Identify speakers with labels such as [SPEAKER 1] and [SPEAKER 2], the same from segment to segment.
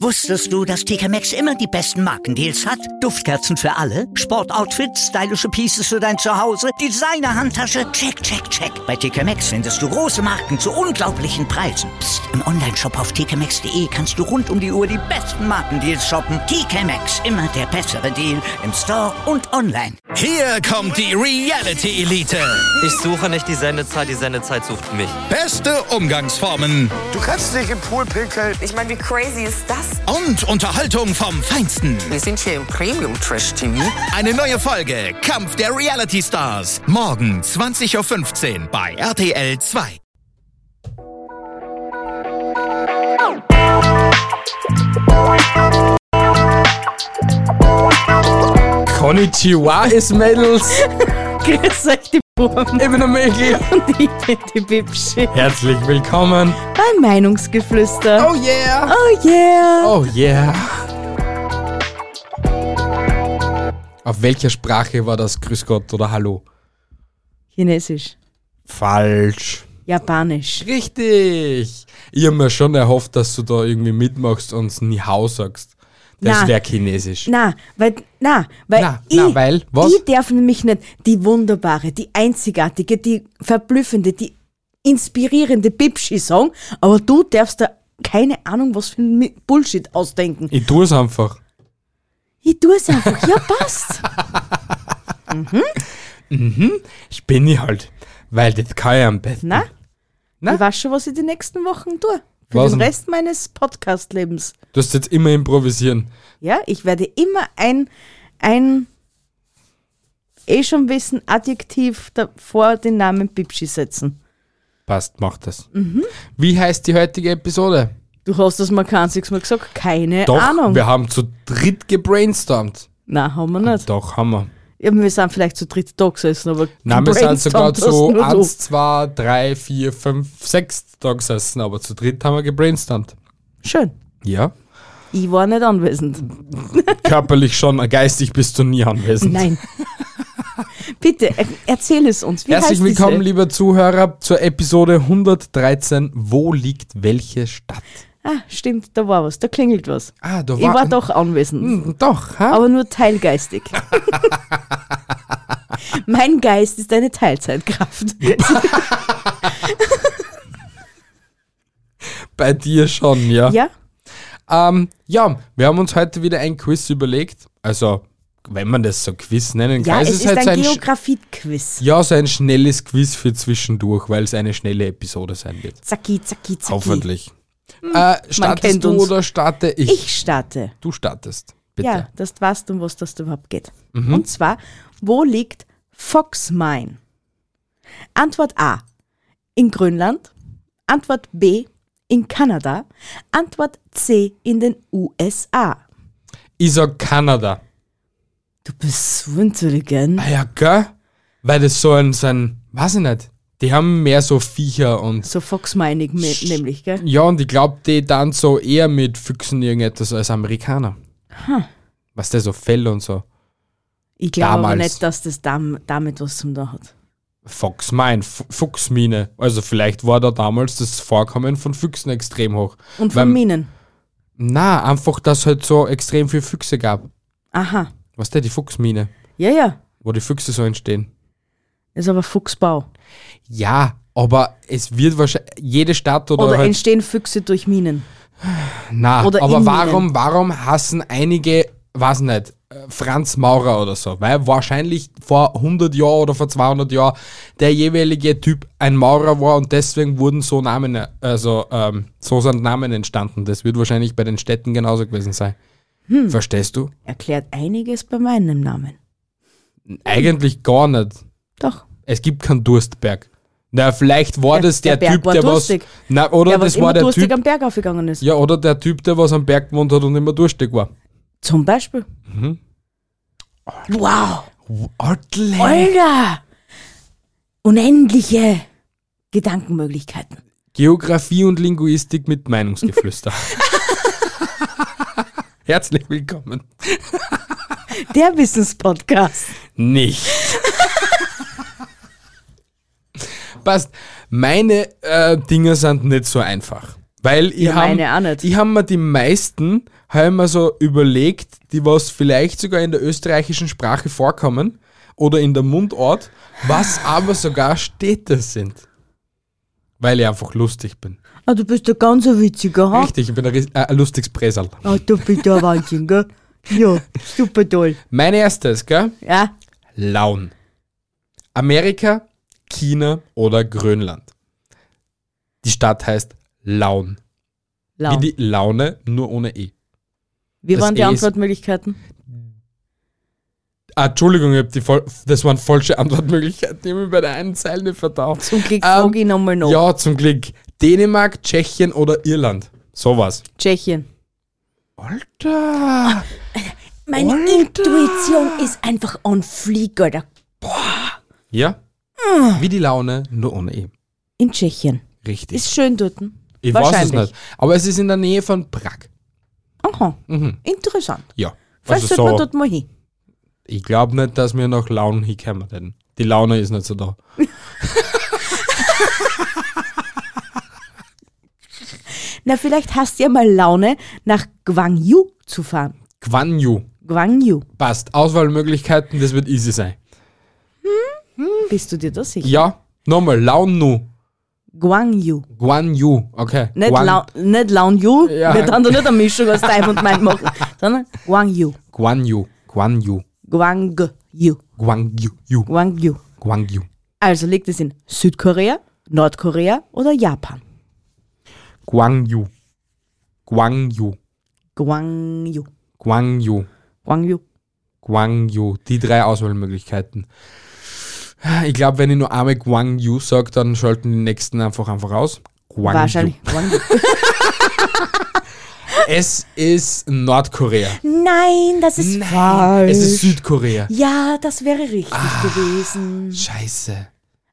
[SPEAKER 1] Wusstest du, dass TK Maxx immer die besten Markendeals hat? Duftkerzen für alle, Sportoutfits, stylische Pieces für dein Zuhause, Designer-Handtasche, check, check, check. Bei TK Maxx findest du große Marken zu unglaublichen Preisen. Psst. im Onlineshop auf tkmaxx.de kannst du rund um die Uhr die besten Markendeals shoppen. TK Maxx, immer der bessere Deal im Store und online.
[SPEAKER 2] Hier kommt die Reality Elite.
[SPEAKER 3] Ich suche nicht die Sendezeit, die Sendezeit sucht mich.
[SPEAKER 2] Beste Umgangsformen
[SPEAKER 4] Du kannst dich im Pool pinkeln.
[SPEAKER 5] Ich meine, wie crazy ist das?
[SPEAKER 2] und Unterhaltung vom Feinsten.
[SPEAKER 4] Wir sind hier im Premium Trash TV.
[SPEAKER 2] Eine neue Folge Kampf der Reality Stars. Morgen 20.15 Uhr bei RTL 2.
[SPEAKER 6] Konnichiwa ist Mädels.
[SPEAKER 7] Grüß euch, die Buben
[SPEAKER 6] Ich bin der Michi.
[SPEAKER 7] und ich bin die Bibschi.
[SPEAKER 6] Herzlich willkommen.
[SPEAKER 7] Mein Meinungsgeflüster.
[SPEAKER 6] Oh yeah.
[SPEAKER 7] Oh yeah.
[SPEAKER 6] Oh yeah. Auf welcher Sprache war das Grüß Gott oder Hallo?
[SPEAKER 7] Chinesisch.
[SPEAKER 6] Falsch.
[SPEAKER 7] Japanisch.
[SPEAKER 6] Richtig. Ich habe mir schon erhofft, dass du da irgendwie mitmachst und Ni Hao sagst. Das
[SPEAKER 7] Na.
[SPEAKER 6] wäre Chinesisch.
[SPEAKER 7] Na, weil, na, weil,
[SPEAKER 6] Na,
[SPEAKER 7] ich,
[SPEAKER 6] na, weil, was?
[SPEAKER 7] ich darf nämlich nicht die wunderbare, die einzigartige, die verblüffende, die inspirierende Bibschi sagen, aber du darfst da keine Ahnung, was für ein Mi- Bullshit ausdenken.
[SPEAKER 6] Ich tue es einfach.
[SPEAKER 7] Ich tue es einfach. Ja, passt.
[SPEAKER 6] Spinne ich halt. Weil das kann ich am besten.
[SPEAKER 7] Na?
[SPEAKER 6] Na?
[SPEAKER 7] Ich weiß schon, was ich die nächsten Wochen tue. Für
[SPEAKER 6] Was
[SPEAKER 7] den
[SPEAKER 6] denn?
[SPEAKER 7] Rest meines Podcast-Lebens.
[SPEAKER 6] Du hast jetzt immer improvisieren.
[SPEAKER 7] Ja, ich werde immer ein, ein eh schon wissen Adjektiv davor den Namen Bibschi setzen.
[SPEAKER 6] Passt, mach das. Wie heißt die heutige Episode?
[SPEAKER 7] Du hast das mal kein einziges Mal gesagt. Keine
[SPEAKER 6] Doch,
[SPEAKER 7] Ahnung.
[SPEAKER 6] wir haben zu dritt gebrainstormt.
[SPEAKER 7] Nein, haben wir nicht.
[SPEAKER 6] Doch, haben wir.
[SPEAKER 7] Ja, wir sind vielleicht zu dritt da gesessen, aber
[SPEAKER 6] Nein, wir sind sogar
[SPEAKER 7] gebrainstormt hast
[SPEAKER 6] zu
[SPEAKER 7] nur du.
[SPEAKER 6] 1, 2, 3, 4, 5, 6 da gesessen, aber zu dritt haben wir gebrainstormt.
[SPEAKER 7] Schön.
[SPEAKER 6] Ja.
[SPEAKER 7] Ich war nicht anwesend.
[SPEAKER 6] Körperlich schon, äh, geistig bist du nie anwesend.
[SPEAKER 7] Nein. Bitte, er- erzähl es uns. Wie
[SPEAKER 6] Herzlich
[SPEAKER 7] heißt
[SPEAKER 6] willkommen,
[SPEAKER 7] diese?
[SPEAKER 6] liebe Zuhörer, zur Episode 113. Wo liegt welche Stadt?
[SPEAKER 7] Ah, stimmt, da war was. Da klingelt was.
[SPEAKER 6] Ah, da
[SPEAKER 7] ich war doch anwesend.
[SPEAKER 6] Hm, Doch, ha?
[SPEAKER 7] Hm. aber nur teilgeistig. mein Geist ist eine Teilzeitkraft.
[SPEAKER 6] bei dir schon, ja.
[SPEAKER 7] ja?
[SPEAKER 6] Ähm, ja, wir haben uns heute wieder ein Quiz überlegt. Also, wenn man das so Quiz nennen kann.
[SPEAKER 7] Ja, es ist
[SPEAKER 6] halt so
[SPEAKER 7] ein
[SPEAKER 6] Sch-
[SPEAKER 7] Geografie-Quiz.
[SPEAKER 6] Ja, so ein schnelles Quiz für zwischendurch, weil es eine schnelle Episode sein wird.
[SPEAKER 7] Zacki, zacki, zacki.
[SPEAKER 6] Hoffentlich. Äh, startest
[SPEAKER 7] Hm, kennt
[SPEAKER 6] du
[SPEAKER 7] uns.
[SPEAKER 6] oder starte ich?
[SPEAKER 7] Ich starte.
[SPEAKER 6] Du startest. Bitte. Mhm.
[SPEAKER 7] Ja, das weißt du, um was das da überhaupt geht. Und zwar, wo liegt Fox Mine? Antwort A. In Grönland. Antwort B. In Kanada. Antwort C. In den USA.
[SPEAKER 6] Ich sag Kanada.
[SPEAKER 7] Du bist so intelligent.
[SPEAKER 6] Ah ja, gell? Weil das so ein, so ein, weiß ich nicht, die haben mehr so Viecher und.
[SPEAKER 7] So Fox Mining me- nämlich, gell?
[SPEAKER 6] Ja, und ich glaube, die dann so eher mit Füchsen irgendetwas als Amerikaner. Hm. Was der so Fell und so.
[SPEAKER 7] Ich glaube aber
[SPEAKER 6] Damals.
[SPEAKER 7] nicht, dass das dam damit was zum da hat.
[SPEAKER 6] Fox Mine, F Fuchsmine. Also vielleicht war da damals das Vorkommen von Füchsen extrem hoch.
[SPEAKER 7] Und
[SPEAKER 6] Weil-
[SPEAKER 7] von Minen.
[SPEAKER 6] Na, einfach, dass es halt so extrem viel Füchse gab.
[SPEAKER 7] Aha.
[SPEAKER 6] Was der die Fuchsmine,
[SPEAKER 7] Ja, ja.
[SPEAKER 6] wo die Füchse so entstehen.
[SPEAKER 7] Ist aber Fuchsbau.
[SPEAKER 6] Ja, aber es wird wahrscheinlich jede Stadt oder,
[SPEAKER 7] Oder,
[SPEAKER 6] halt,
[SPEAKER 7] entstehen Füchse durch Minen.
[SPEAKER 6] na,
[SPEAKER 7] oder
[SPEAKER 6] aber
[SPEAKER 7] in
[SPEAKER 6] warum, warum hassen einige, weiß nicht, äh, Franz Maurer oder so, weil wahrscheinlich vor 100 Jahren oder vor 200 Jahren der jeweilige Typ ein Maurer war und deswegen wurden so Namen, äh, also ähm, so sind Namen entstanden. Das wird wahrscheinlich bei den Städten genauso gewesen sein.
[SPEAKER 7] Hm.
[SPEAKER 6] Verstehst du?
[SPEAKER 7] Erklärt einiges bei meinem Namen.
[SPEAKER 6] Eigentlich gar nicht.
[SPEAKER 7] Doch.
[SPEAKER 6] Es gibt keinen Durstberg. Na, vielleicht war
[SPEAKER 7] Der-
[SPEAKER 6] das der,
[SPEAKER 7] der Berg
[SPEAKER 6] Typ,
[SPEAKER 7] war
[SPEAKER 6] der was.
[SPEAKER 7] durstig.
[SPEAKER 6] Na, oder
[SPEAKER 7] Der, was
[SPEAKER 6] das
[SPEAKER 7] immer
[SPEAKER 6] war der
[SPEAKER 7] durstig
[SPEAKER 6] Typ.
[SPEAKER 7] am Berg aufgegangen ist.
[SPEAKER 6] Ja, oder der Typ, der was am Berg gewohnt hat und immer durstig war.
[SPEAKER 7] Zum Beispiel.
[SPEAKER 6] Mhm.
[SPEAKER 7] Wow.
[SPEAKER 6] Ortle.
[SPEAKER 7] Olga. Unendliche Gedankenmöglichkeiten.
[SPEAKER 6] Geografie und Linguistik mit Meinungsgeflüster. Herzlich willkommen.
[SPEAKER 7] Der Wissenspodcast.
[SPEAKER 6] Nicht. Passt. Meine äh, Dinger sind nicht so einfach. Weil ich
[SPEAKER 7] Ja,
[SPEAKER 6] habe
[SPEAKER 7] meine auch nicht.
[SPEAKER 6] ich hab mir die meisten hab ich mir so überlegt, die was vielleicht sogar in der österreichischen Sprache vorkommen oder in der Mundart, was aber sogar Städte sind. Weil ich einfach lustig bin.
[SPEAKER 7] Ah, du bist ein ganz witziger, ha?
[SPEAKER 6] Richtig, ich bin ein, ris- äh, ein lustiges Bresal.
[SPEAKER 7] Ah, du bist der Wahnsinn, gell? Ja, super toll.
[SPEAKER 6] Mein erstes, gell?
[SPEAKER 7] Ja,
[SPEAKER 6] Laun. Amerika, China oder Grönland. Die Stadt heißt Laun.
[SPEAKER 7] lau.
[SPEAKER 6] Wie die Laune, nur ohne E.
[SPEAKER 7] Wie
[SPEAKER 6] das
[SPEAKER 7] waren die
[SPEAKER 6] E ist-
[SPEAKER 7] Antwortmöglichkeiten?
[SPEAKER 6] Ah, Entschuldigung, ich hab die voll, das waren falsche Antwortmöglichkeiten. Ich hab mich bei der einen Zeile nicht verdaut.
[SPEAKER 7] Zum Glück
[SPEAKER 6] Ähm,
[SPEAKER 7] frage ich nochmal nach.
[SPEAKER 6] Ja, zum Glück. Dänemark, Tschechien oder Irland. Sowas.
[SPEAKER 7] Tschechien.
[SPEAKER 6] Alter!
[SPEAKER 7] Meine Intuition ist einfach on fleek, Alter.
[SPEAKER 6] Ja?
[SPEAKER 7] Ah.
[SPEAKER 6] Wie die Laune, nur ohne E.
[SPEAKER 7] In Tschechien.
[SPEAKER 6] Richtig.
[SPEAKER 7] Ist schön dort. hm?
[SPEAKER 6] ich weiß es
[SPEAKER 7] wahrscheinlich.
[SPEAKER 6] nicht. Aber es ist in der Nähe von Prag.
[SPEAKER 7] Aha, interessant.
[SPEAKER 6] Ja.
[SPEAKER 7] Vielleicht
[SPEAKER 6] Mhm. Also
[SPEAKER 7] sollte man
[SPEAKER 6] so-
[SPEAKER 7] dort mal hin.
[SPEAKER 6] Ich glaube nicht, dass wir nach Launen hinkommen, denn die Laune ist nicht so da.
[SPEAKER 7] Na, vielleicht hast du ja mal Laune, nach Gwangju zu fahren.
[SPEAKER 6] Guan Yu.
[SPEAKER 7] Gwangju,
[SPEAKER 6] Passt. Auswahlmöglichkeiten, das wird easy sein.
[SPEAKER 7] bist du dir da sicher?
[SPEAKER 6] Ja, nochmal. Launu.
[SPEAKER 7] Gwangju.
[SPEAKER 6] Guan Yu. Okay.
[SPEAKER 7] Nicht,
[SPEAKER 6] Guan,
[SPEAKER 7] Lau nicht Launju,
[SPEAKER 6] Ja.
[SPEAKER 7] wir haben da nicht eine Mischung aus Time und Mind machen, sondern Gwangju.
[SPEAKER 6] Guan Yu. Guan Yu.
[SPEAKER 7] Gwangju.
[SPEAKER 6] Guan Yu. Yu.
[SPEAKER 7] Gwangju.
[SPEAKER 6] Guan Yu.
[SPEAKER 7] Also liegt es in Südkorea, Nordkorea oder Japan?
[SPEAKER 6] Guan Yu. Guan Yu.
[SPEAKER 7] Gwangju.
[SPEAKER 6] Guan Yu.
[SPEAKER 7] Gwangju.
[SPEAKER 6] Guan Yu. Die drei Auswahlmöglichkeiten. Ich glaube, wenn ich nur einmal Guan Yu sage, dann schalten die nächsten einfach einfach aus. Guan
[SPEAKER 7] Wahrscheinlich. Gwangju.
[SPEAKER 6] Yu. Es ist Nordkorea.
[SPEAKER 7] Nein, das ist
[SPEAKER 6] Nein,
[SPEAKER 7] falsch.
[SPEAKER 6] es ist Ah. Südkorea.
[SPEAKER 7] ja, das wäre richtig gewesen.
[SPEAKER 6] Scheiße.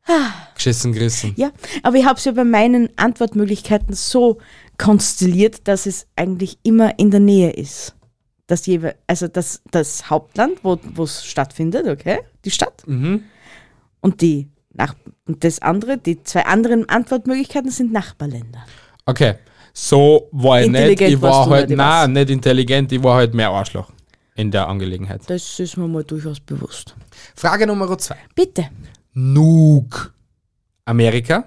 [SPEAKER 7] Ah.
[SPEAKER 6] Geschissen gerissen.
[SPEAKER 7] Ja, aber ich habe es ja bei meinen Antwortmöglichkeiten so konstelliert, dass es eigentlich immer in der Nähe ist. Das jewe also das, das Hauptland, wo es stattfindet, okay, die Stadt.
[SPEAKER 6] Mhm.
[SPEAKER 7] Und die Nach und das andere, die zwei anderen Antwortmöglichkeiten sind Nachbarländer.
[SPEAKER 6] Okay, so war ich nicht.
[SPEAKER 7] Intelligent
[SPEAKER 6] Ich
[SPEAKER 7] warst
[SPEAKER 6] war
[SPEAKER 7] du
[SPEAKER 6] halt,
[SPEAKER 7] nicht, ich
[SPEAKER 6] nein, nicht intelligent, ich war halt mehr Arschloch in der Angelegenheit.
[SPEAKER 7] Das ist mir mal durchaus bewusst.
[SPEAKER 6] Frage Nummer zwei.
[SPEAKER 7] Bitte.
[SPEAKER 6] Hm. Nuuk. Amerika,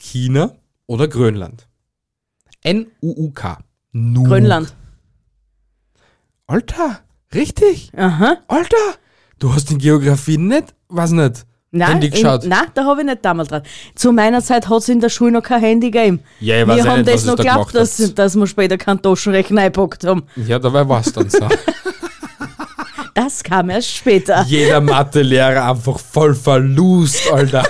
[SPEAKER 6] China oder Grönland? N-U-U-K. Nuuk.
[SPEAKER 7] Grönland.
[SPEAKER 6] Alter, richtig.
[SPEAKER 7] Aha.
[SPEAKER 6] Alter, du hast in Geografie nicht, was nicht,
[SPEAKER 7] Nein,
[SPEAKER 6] Handy geschaut.
[SPEAKER 7] In, nein da habe ich nicht damals dran. Zu meiner Zeit hat es in der Schule noch kein Handy gegeben.
[SPEAKER 6] Ja, ich weiß
[SPEAKER 7] wir
[SPEAKER 6] eh
[SPEAKER 7] haben
[SPEAKER 6] nicht, was
[SPEAKER 7] das
[SPEAKER 6] es
[SPEAKER 7] noch
[SPEAKER 6] da
[SPEAKER 7] geglaubt,
[SPEAKER 6] gemacht
[SPEAKER 7] dass,
[SPEAKER 6] hat.
[SPEAKER 7] dass wir später keinen Taschenrechner eingepackt haben.
[SPEAKER 6] ja, dabei war es dann so.
[SPEAKER 7] Das kam erst später.
[SPEAKER 6] Jeder Mathelehrer einfach voll verlust, Alter.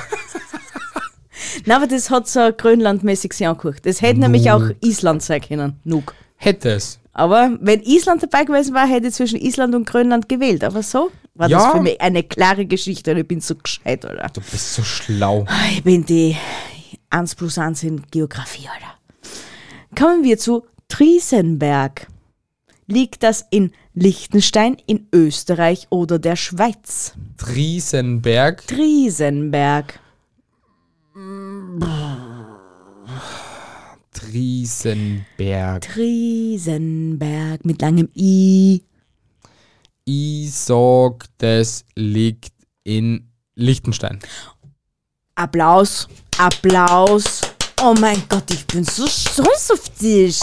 [SPEAKER 7] Nein, aber das hat so grönlandmäßig sich angeguckt. Das hätte nämlich auch Island sein können. Nuk.
[SPEAKER 6] Hätte es.
[SPEAKER 7] Aber wenn Island dabei gewesen war, hätte ich zwischen Island und Grönland gewählt. Aber so war
[SPEAKER 6] Ja.
[SPEAKER 7] das für mich eine klare Geschichte und ich bin so gescheit, Alter.
[SPEAKER 6] Du bist so schlau.
[SPEAKER 7] Ah, Ich bin die 1 plus 1 in Geografie, Alter. Kommen wir zu Triesenberg. Liegt das in Liechtenstein, in Österreich oder der Schweiz?
[SPEAKER 6] Triesenberg.
[SPEAKER 7] Triesenberg.
[SPEAKER 6] Triesenberg.
[SPEAKER 7] Triesenberg mit langem I.
[SPEAKER 6] Ich sag, das liegt in Liechtenstein.
[SPEAKER 7] Applaus, Applaus. Oh mein Gott, ich bin so stolz auf dich.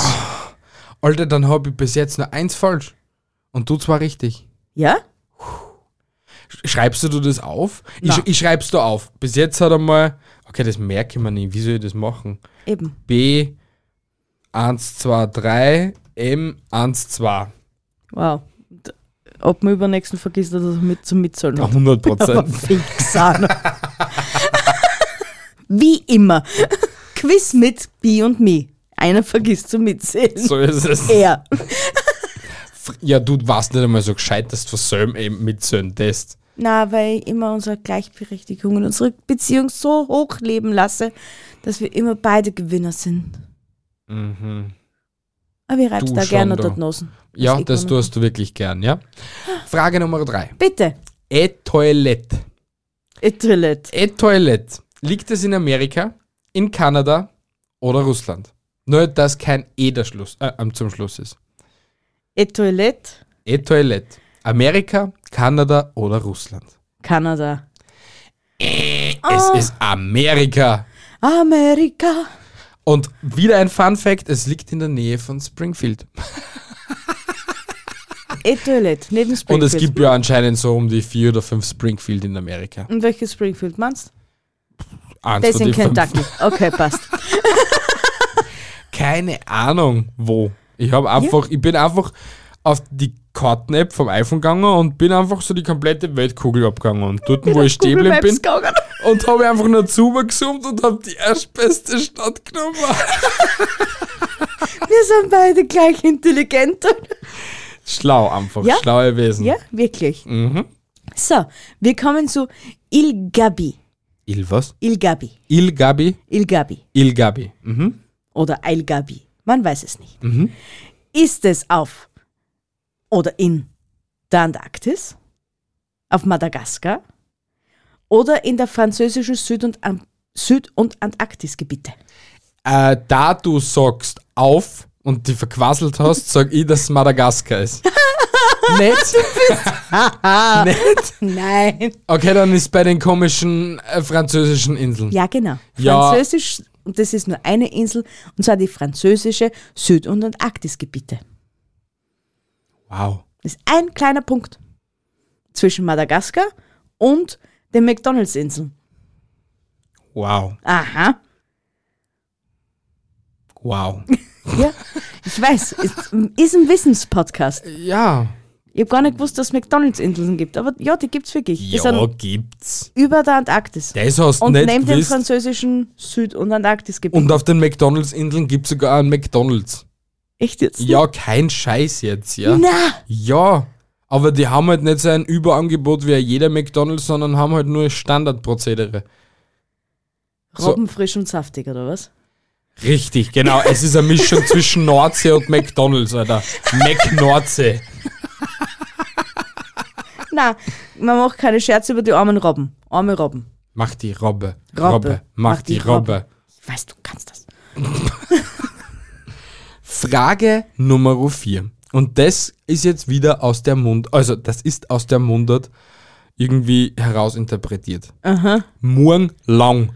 [SPEAKER 6] Alter, dann habe ich bis jetzt nur eins falsch. Und du zwar richtig.
[SPEAKER 7] Ja?
[SPEAKER 6] Sch- Schreibst du das auf? Ich,
[SPEAKER 7] Na.
[SPEAKER 6] ich schreib's da auf. Bis jetzt hat er mal. Okay, das merke ich mir nicht. Wie soll ich das machen?
[SPEAKER 7] Eben.
[SPEAKER 6] B 1, 2, 3, M 1, 2.
[SPEAKER 7] Wow. D- Ob man übernächsten vergisst, dass er mit zum Mitzahlen hat.
[SPEAKER 6] 100
[SPEAKER 7] Aber
[SPEAKER 6] Prozent.
[SPEAKER 7] fix an. Wie immer. Quiz mit B und Me. Einer vergisst zu mitzählen.
[SPEAKER 6] so ist es.
[SPEAKER 7] Er.
[SPEAKER 6] Ja, du warst nicht einmal so gescheit, dass du Söm eben mit so einem Test.
[SPEAKER 7] Na, weil ich immer unsere Gleichberechtigung und unsere Beziehung so hoch leben lasse, dass wir immer beide Gewinner sind. Aber ich reib's
[SPEAKER 6] Mhm. Du
[SPEAKER 7] da
[SPEAKER 6] schon
[SPEAKER 7] gerne
[SPEAKER 6] da.
[SPEAKER 7] dort Nosen. eh
[SPEAKER 6] Ja,
[SPEAKER 7] ich
[SPEAKER 6] das
[SPEAKER 7] kann.
[SPEAKER 6] tust du wirklich gern, ja? Frage Nummer 3.
[SPEAKER 7] Bitte.
[SPEAKER 6] E-Toilette.
[SPEAKER 7] Toilette.
[SPEAKER 6] E-Toilette. Liegt es in Amerika, in Kanada oder Russland? Nur, dass kein E der Schluss, äh, am- zum Schluss ist.
[SPEAKER 7] Etoilette,
[SPEAKER 6] E-Toilette. Amerika, Kanada oder Russland?
[SPEAKER 7] Kanada. Ah.
[SPEAKER 6] Es ist Amerika.
[SPEAKER 7] Amerika.
[SPEAKER 6] Und wieder ein Fun Fact, es liegt in der Nähe von Springfield.
[SPEAKER 7] Etoilette, neben
[SPEAKER 6] Und
[SPEAKER 7] Springfield.
[SPEAKER 6] es gibt ja anscheinend so um die vier oder fünf Springfield in Amerika.
[SPEAKER 7] Und welches Springfield meinst
[SPEAKER 6] Eins
[SPEAKER 7] du? Das
[SPEAKER 6] von
[SPEAKER 7] in
[SPEAKER 6] den fünf.
[SPEAKER 7] Kentucky. Okay, passt.
[SPEAKER 6] Keine Ahnung, wo. Ich habe einfach, ich bin einfach auf die Karten-App vom iPhone gegangen und bin einfach so die komplette Weltkugel abgegangen. Und dort, wo ich stehen
[SPEAKER 7] Google
[SPEAKER 6] geblieben
[SPEAKER 7] Maps
[SPEAKER 6] bin,
[SPEAKER 7] gegangen.
[SPEAKER 6] und habe einfach nur zugezoomt und habe die erstbeste Stadt genommen.
[SPEAKER 7] Wir sind beide gleich intelligent.
[SPEAKER 6] Schlau einfach,
[SPEAKER 7] Ja?
[SPEAKER 6] schlaue Wesen.
[SPEAKER 7] Ja, wirklich.
[SPEAKER 6] Mhm.
[SPEAKER 7] So, wir kommen zu Il Gabi.
[SPEAKER 6] Il was?
[SPEAKER 7] Il Gabi.
[SPEAKER 6] Il Gabi,
[SPEAKER 7] Il Gabi.
[SPEAKER 6] Il Gabi. Mhm.
[SPEAKER 7] Oder Al Gabi. Man weiß es nicht. Ist es auf oder in der Antarktis, auf Madagaskar oder in der französischen Süd- und, Am- Süd und Antarktisgebiete?
[SPEAKER 6] Äh, da du sagst auf und die verquasselt hast, sag ich, dass es Madagaskar ist. Nicht? Nicht?
[SPEAKER 7] Nein.
[SPEAKER 6] Okay, dann ist bei den komischen äh, französischen Inseln.
[SPEAKER 7] Ja, genau.
[SPEAKER 6] Ja.
[SPEAKER 7] Französisch, und das ist nur eine Insel, und zwar die französische Süd- und Antarktisgebiete.
[SPEAKER 6] Wow.
[SPEAKER 7] Das ist ein kleiner Punkt zwischen Madagaskar und den McDonalds-Inseln.
[SPEAKER 6] Wow.
[SPEAKER 7] Aha.
[SPEAKER 6] Wow.
[SPEAKER 7] Ja, ich weiß, ist, ist ein Wissenspodcast.
[SPEAKER 6] Ja.
[SPEAKER 7] Ich habe gar nicht gewusst, dass es McDonalds-Inseln gibt, aber ja, die gibt's wirklich. Die
[SPEAKER 6] Ja,
[SPEAKER 7] sind
[SPEAKER 6] gibt's.
[SPEAKER 7] über der Antarktis.
[SPEAKER 6] Das hast du
[SPEAKER 7] Und
[SPEAKER 6] nicht
[SPEAKER 7] neben dem
[SPEAKER 6] gewusst.
[SPEAKER 7] französischen Süd- und Antarktisgebiet.
[SPEAKER 6] Und auf den McDonalds-Inseln gibt's sogar einen McDonalds.
[SPEAKER 7] Echt jetzt?
[SPEAKER 6] Ja, kein Scheiß jetzt, ja.
[SPEAKER 7] Na,
[SPEAKER 6] Ja, aber die haben halt nicht so ein Überangebot wie jeder McDonalds, sondern haben halt nur Standardprozedere. So.
[SPEAKER 7] Robbenfrisch und saftig, oder was?
[SPEAKER 6] Richtig, genau. Es ist eine Mischung zwischen Nordsee und McDonalds, Alter. McNordsee.
[SPEAKER 7] Na, man macht keine Scherze über die armen Robben. Arme Robben.
[SPEAKER 6] Mach die Robbe.
[SPEAKER 7] Robbe.
[SPEAKER 6] Mach, die, Robbe.
[SPEAKER 7] Ich weiß, du kannst das.
[SPEAKER 6] Frage Nummer 4. Und das ist jetzt wieder aus der Mund, also das ist aus der Mundart irgendwie herausinterpretiert. Aha. Murnlang.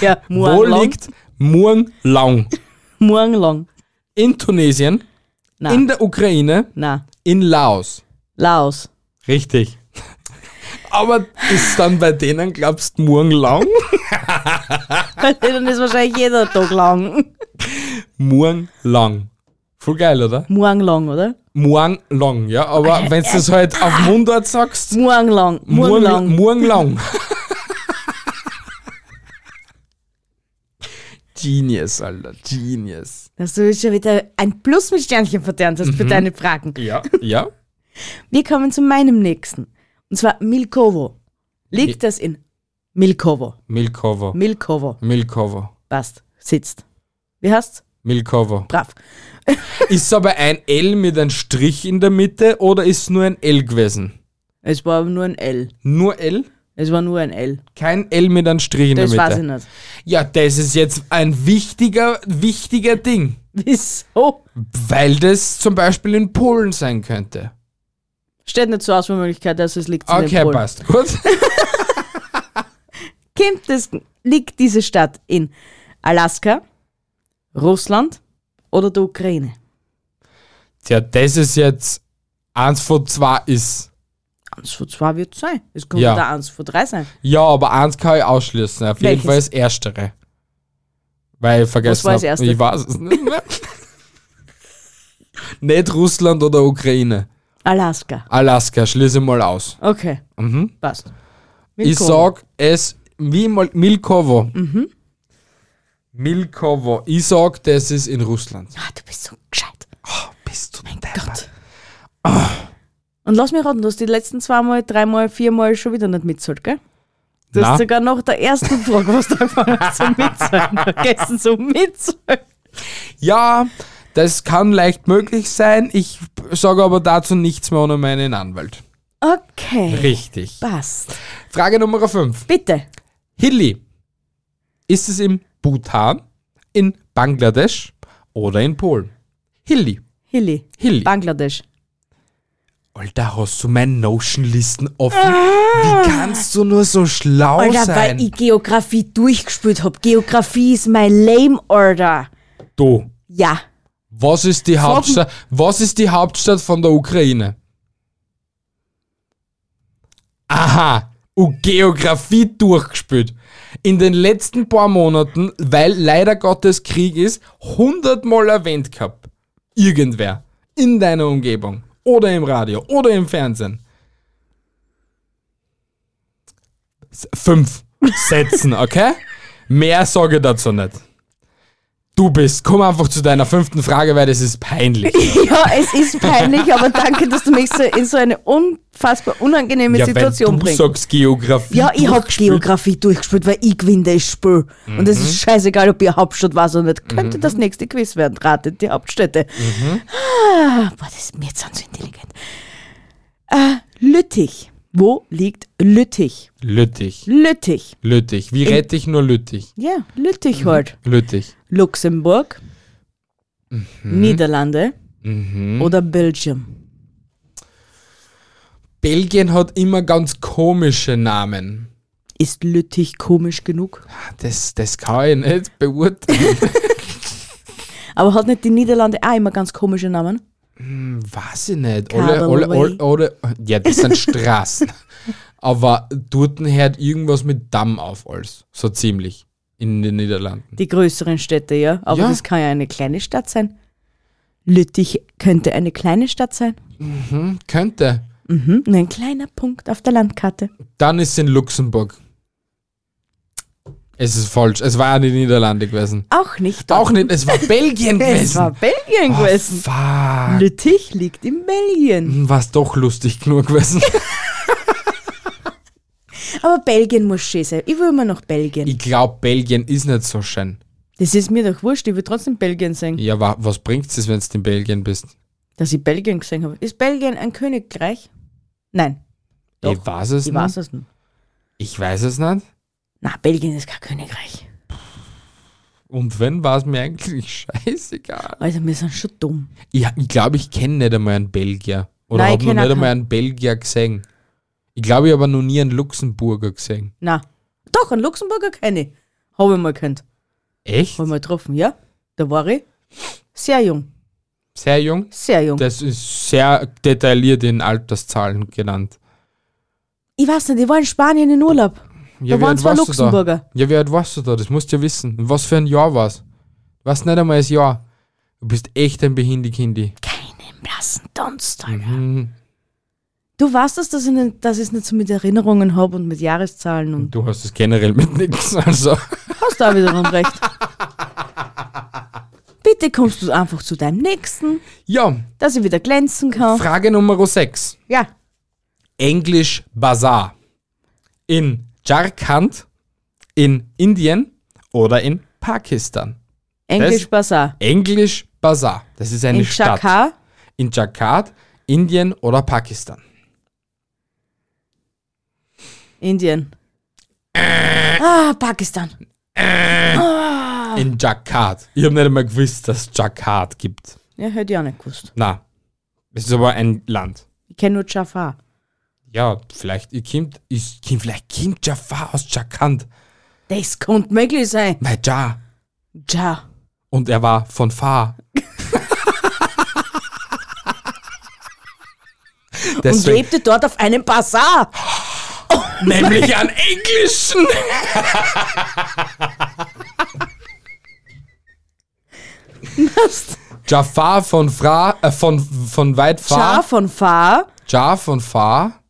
[SPEAKER 7] Ja,
[SPEAKER 6] Wo
[SPEAKER 7] morgen lang.
[SPEAKER 6] liegt Murnlang?
[SPEAKER 7] Morgen lang.
[SPEAKER 6] In Tunesien,
[SPEAKER 7] Na,
[SPEAKER 6] in der Ukraine,
[SPEAKER 7] na,
[SPEAKER 6] in Laos.
[SPEAKER 7] Laos.
[SPEAKER 6] Richtig. Aber ist dann bei denen, glaubst du, morgen lang?
[SPEAKER 7] Bei denen ist wahrscheinlich jeder Tag lang.
[SPEAKER 6] Morgen lang. Voll geil, oder?
[SPEAKER 7] Morgen lang, oder?
[SPEAKER 6] Morgen lang, ja. Aber wenn du das halt auf Mundart sagst,
[SPEAKER 7] Morgen lang. Morgen lang.
[SPEAKER 6] Morgen lang. Genius, Alter. Genius.
[SPEAKER 7] Dass du jetzt schon wieder ein Plus mit Sternchen verdient hast für deine Fragen.
[SPEAKER 6] Mhm. Ja. Ja.
[SPEAKER 7] Wir kommen zu meinem nächsten. Und zwar Milkovo. Liegt das in Milkovo?
[SPEAKER 6] Milkovo.
[SPEAKER 7] Milkovo.
[SPEAKER 6] Milkovo.
[SPEAKER 7] Passt. Sitzt. Wie heißt's?
[SPEAKER 6] Milkovo.
[SPEAKER 7] Brav.
[SPEAKER 6] Ist aber ein L mit einem Strich in der Mitte oder ist nur ein L gewesen?
[SPEAKER 7] Es war aber nur ein L.
[SPEAKER 6] Nur L?
[SPEAKER 7] Es war nur ein L.
[SPEAKER 6] Kein L mit einem Strich in
[SPEAKER 7] Das
[SPEAKER 6] der
[SPEAKER 7] weiß ich
[SPEAKER 6] Mitte.
[SPEAKER 7] nicht.
[SPEAKER 6] Ja, das ist jetzt ein wichtiger, wichtiger Ding.
[SPEAKER 7] Wieso?
[SPEAKER 6] Weil das zum Beispiel in Polen sein könnte.
[SPEAKER 7] Steht nicht so aus wie Möglichkeit, dass es liegt in den
[SPEAKER 6] Okay,
[SPEAKER 7] Polen.
[SPEAKER 6] passt. Gut.
[SPEAKER 7] Kommt es, liegt diese Stadt in Alaska, Russland oder der Ukraine?
[SPEAKER 6] Tja, das ist jetzt eins von zwei ist.
[SPEAKER 7] Eins von zwei wird es sein. Es könnte
[SPEAKER 6] Ja.
[SPEAKER 7] auch eins von drei sein.
[SPEAKER 6] Ja, aber eins kann ich ausschließen. Auf
[SPEAKER 7] Welches?
[SPEAKER 6] jeden Fall das Erstere. Weil ich vergessen
[SPEAKER 7] war das
[SPEAKER 6] hab-
[SPEAKER 7] Erste?
[SPEAKER 6] Ich weiß es nicht mehr. nicht Russland oder Ukraine.
[SPEAKER 7] Alaska.
[SPEAKER 6] Alaska, schließe ich mal aus.
[SPEAKER 7] Okay. Passt.
[SPEAKER 6] Mhm. Ich sag es wie mal Milkovo.
[SPEAKER 7] Mhm.
[SPEAKER 6] Milkovo. Ich sag, das ist in Russland.
[SPEAKER 7] Ah, du bist so gescheit.
[SPEAKER 6] Bist du mein
[SPEAKER 7] Gott. Und lass mich raten, du hast die letzten zweimal, dreimal, viermal schon wieder nicht mitzahlt, gell? Du
[SPEAKER 6] Na.
[SPEAKER 7] hast sogar nach der ersten Frage, was du angefangen hast zum Mitzahlen, vergessen zum Mitzahlen.
[SPEAKER 6] Ja, das kann leicht möglich sein. Ich sage aber dazu nichts mehr ohne meinen Anwalt.
[SPEAKER 7] Okay.
[SPEAKER 6] Richtig.
[SPEAKER 7] Passt.
[SPEAKER 6] Frage Nummer 5.
[SPEAKER 7] Bitte.
[SPEAKER 6] Hilly. Ist es im Bhutan, in Bangladesch oder in Polen? Hilly.
[SPEAKER 7] Hilly.
[SPEAKER 6] Hilly.
[SPEAKER 7] Bangladesch.
[SPEAKER 6] Alter, hast du meine Notion-Listen offen? Wie kannst du nur so schlau
[SPEAKER 7] Ah. Alter,
[SPEAKER 6] sein?
[SPEAKER 7] weil ich Geografie durchgespielt habe. Geografie ist mein Lame Order.
[SPEAKER 6] du,
[SPEAKER 7] Ja.
[SPEAKER 6] was ist, die Hauptstadt, was ist die Hauptstadt von der Ukraine? Aha, und Geografie durchgespielt. In den letzten paar Monaten, weil leider Gottes Krieg ist, hundertmal erwähnt gehabt. Irgendwer. In deiner Umgebung. Oder im Radio. Oder im Fernsehen. S- Fünf Sätzen, okay? Mehr sage ich dazu nicht. Du bist. Komm einfach zu deiner fünften Frage, weil das ist peinlich.
[SPEAKER 7] Ja, es ist peinlich, aber danke, dass du mich so in so eine unfassbar unangenehme Situation
[SPEAKER 6] weil du
[SPEAKER 7] bringst.
[SPEAKER 6] sagst Geografie.
[SPEAKER 7] Ja, ich hab
[SPEAKER 6] durchgespielt. Mhm.
[SPEAKER 7] Geografie durchgespielt, weil ich gewinne das Spiel. Und es ist scheißegal, ob ihr Hauptstadt war oder nicht. Könnte das nächste Quiz werden. Ratet die Hauptstädte.
[SPEAKER 6] Mhm.
[SPEAKER 7] Ah, boah, das, mir sind so intelligent. Äh, Lüttich. Wo liegt Lüttich?
[SPEAKER 6] Lüttich.
[SPEAKER 7] Lüttich.
[SPEAKER 6] Lüttich. Wie rette ich nur Lüttich?
[SPEAKER 7] Ja, Lüttich halt.
[SPEAKER 6] Lüttich.
[SPEAKER 7] Luxemburg,
[SPEAKER 6] Mhm.
[SPEAKER 7] Niederlande oder Belgium.
[SPEAKER 6] Belgien hat immer ganz komische Namen. Ah,
[SPEAKER 7] Ist Lüttich komisch genug?
[SPEAKER 6] Das, das kann ich nicht beurteilen.
[SPEAKER 7] Aber hat nicht die Niederlande auch immer ganz komische Namen?
[SPEAKER 6] Weiß ich nicht. Alle, alle, alle, alle, ja, das sind Straßen. Aber dort hört irgendwas mit Damm auf alles. So ziemlich. In den Niederlanden.
[SPEAKER 7] Die größeren Städte, ja. Aber
[SPEAKER 6] Ja.
[SPEAKER 7] das kann ja eine kleine Stadt sein. Lüttich könnte eine kleine Stadt sein.
[SPEAKER 6] Könnte.
[SPEAKER 7] Mhm. Nur ein kleiner Punkt auf der Landkarte.
[SPEAKER 6] Dann ist es in Luxemburg. Es ist falsch. Es war ja die Niederlande gewesen.
[SPEAKER 7] Auch nicht.
[SPEAKER 6] Auch nicht. Es war Belgien gewesen.
[SPEAKER 7] Es war Belgien gewesen.
[SPEAKER 6] Fuck.
[SPEAKER 7] Lüttich liegt in Belgien.
[SPEAKER 6] War doch lustig genug gewesen.
[SPEAKER 7] Aber Belgien muss schön sein. Ich will immer nach Belgien.
[SPEAKER 6] ich glaube, Belgien ist nicht so schön.
[SPEAKER 7] das ist mir doch wurscht. Ich will trotzdem Belgien sehen.
[SPEAKER 6] Ja, wa was bringt es, wenn du in Belgien bist?
[SPEAKER 7] Dass ich Belgien gesehen habe. Ist Belgien ein Königreich? Nein, Doch.
[SPEAKER 6] Ich weiß es
[SPEAKER 7] ich
[SPEAKER 6] nicht.
[SPEAKER 7] weiß es nicht.
[SPEAKER 6] Ich weiß es nicht.
[SPEAKER 7] Na, Belgien ist kein Königreich.
[SPEAKER 6] Und wenn, war es mir eigentlich scheißegal.
[SPEAKER 7] Also wir sind schon dumm.
[SPEAKER 6] Ich glaube, ich, glaub, ich kenne nicht einmal einen Belgier. Oder
[SPEAKER 7] Nein,
[SPEAKER 6] habe
[SPEAKER 7] ich
[SPEAKER 6] noch
[SPEAKER 7] kenn auch
[SPEAKER 6] nicht einmal
[SPEAKER 7] keinen.
[SPEAKER 6] einen Belgier gesehen. Ich glaube, ich habe noch nie einen Luxemburger gesehen.
[SPEAKER 7] Na, doch, einen Luxemburger kenne ich. Habe ich mal kennt.
[SPEAKER 6] Echt?
[SPEAKER 7] Habe ich mal getroffen, ja? Da war ich sehr jung.
[SPEAKER 6] Sehr jung?
[SPEAKER 7] Sehr jung.
[SPEAKER 6] Das ist sehr detailliert in Alterszahlen genannt.
[SPEAKER 7] Ich weiß nicht, ich war in Spanien in Urlaub.
[SPEAKER 6] Ja,
[SPEAKER 7] Da
[SPEAKER 6] wie
[SPEAKER 7] waren
[SPEAKER 6] alt
[SPEAKER 7] zwei
[SPEAKER 6] warst du
[SPEAKER 7] Luxemburger.
[SPEAKER 6] Da? Ja, wie alt warst du da? Das musst du ja wissen. Und Was für ein Jahr war's? Weißt nicht einmal das Jahr. Du bist echt ein Behindi-Kindi.
[SPEAKER 7] Keinen blassen Dunst, Alter.
[SPEAKER 6] Hm,
[SPEAKER 7] Du weißt das, dass ich, nicht, dass ich es nicht so mit Erinnerungen habe und mit Jahreszahlen und
[SPEAKER 6] Du hast es generell mit nichts. Also,
[SPEAKER 7] hast da wiederum recht. Bitte kommst du einfach zu deinem Nächsten,
[SPEAKER 6] ja,
[SPEAKER 7] dass ich wieder glänzen kann.
[SPEAKER 6] Frage Nummer 6.
[SPEAKER 7] Ja,
[SPEAKER 6] Englisch Bazaar. In Jharkhand, in Indien oder in Pakistan?
[SPEAKER 7] Englisch
[SPEAKER 6] Das-
[SPEAKER 7] Bazaar.
[SPEAKER 6] Englisch Bazaar. Das ist eine
[SPEAKER 7] In
[SPEAKER 6] Stadt.
[SPEAKER 7] Shaka,
[SPEAKER 6] In Jakarta, Indien oder Pakistan?
[SPEAKER 7] Indien. Ah, Pakistan.
[SPEAKER 6] In Jakarta. Ich habe nicht einmal gewusst, dass es Jakarta gibt.
[SPEAKER 7] Ja, hätte ich auch nicht gewusst.
[SPEAKER 6] Na, es ist aber ein Land.
[SPEAKER 7] Ich kenne nur Jaffa.
[SPEAKER 6] Ja, vielleicht ihr kommt, ist, kommt vielleicht kommt Jafar aus Jharkhand,
[SPEAKER 7] Das könnte möglich sein.
[SPEAKER 6] weil Ja
[SPEAKER 7] Ja.
[SPEAKER 6] und er war von Fa.
[SPEAKER 7] Und
[SPEAKER 6] Deswegen,
[SPEAKER 7] lebte dort auf einem Bazar.
[SPEAKER 6] nämlich an Englischen. Jafar von Fra, äh, von, von weit
[SPEAKER 7] Ja
[SPEAKER 6] Fa.
[SPEAKER 7] von Fa.
[SPEAKER 6] Jar von Fa.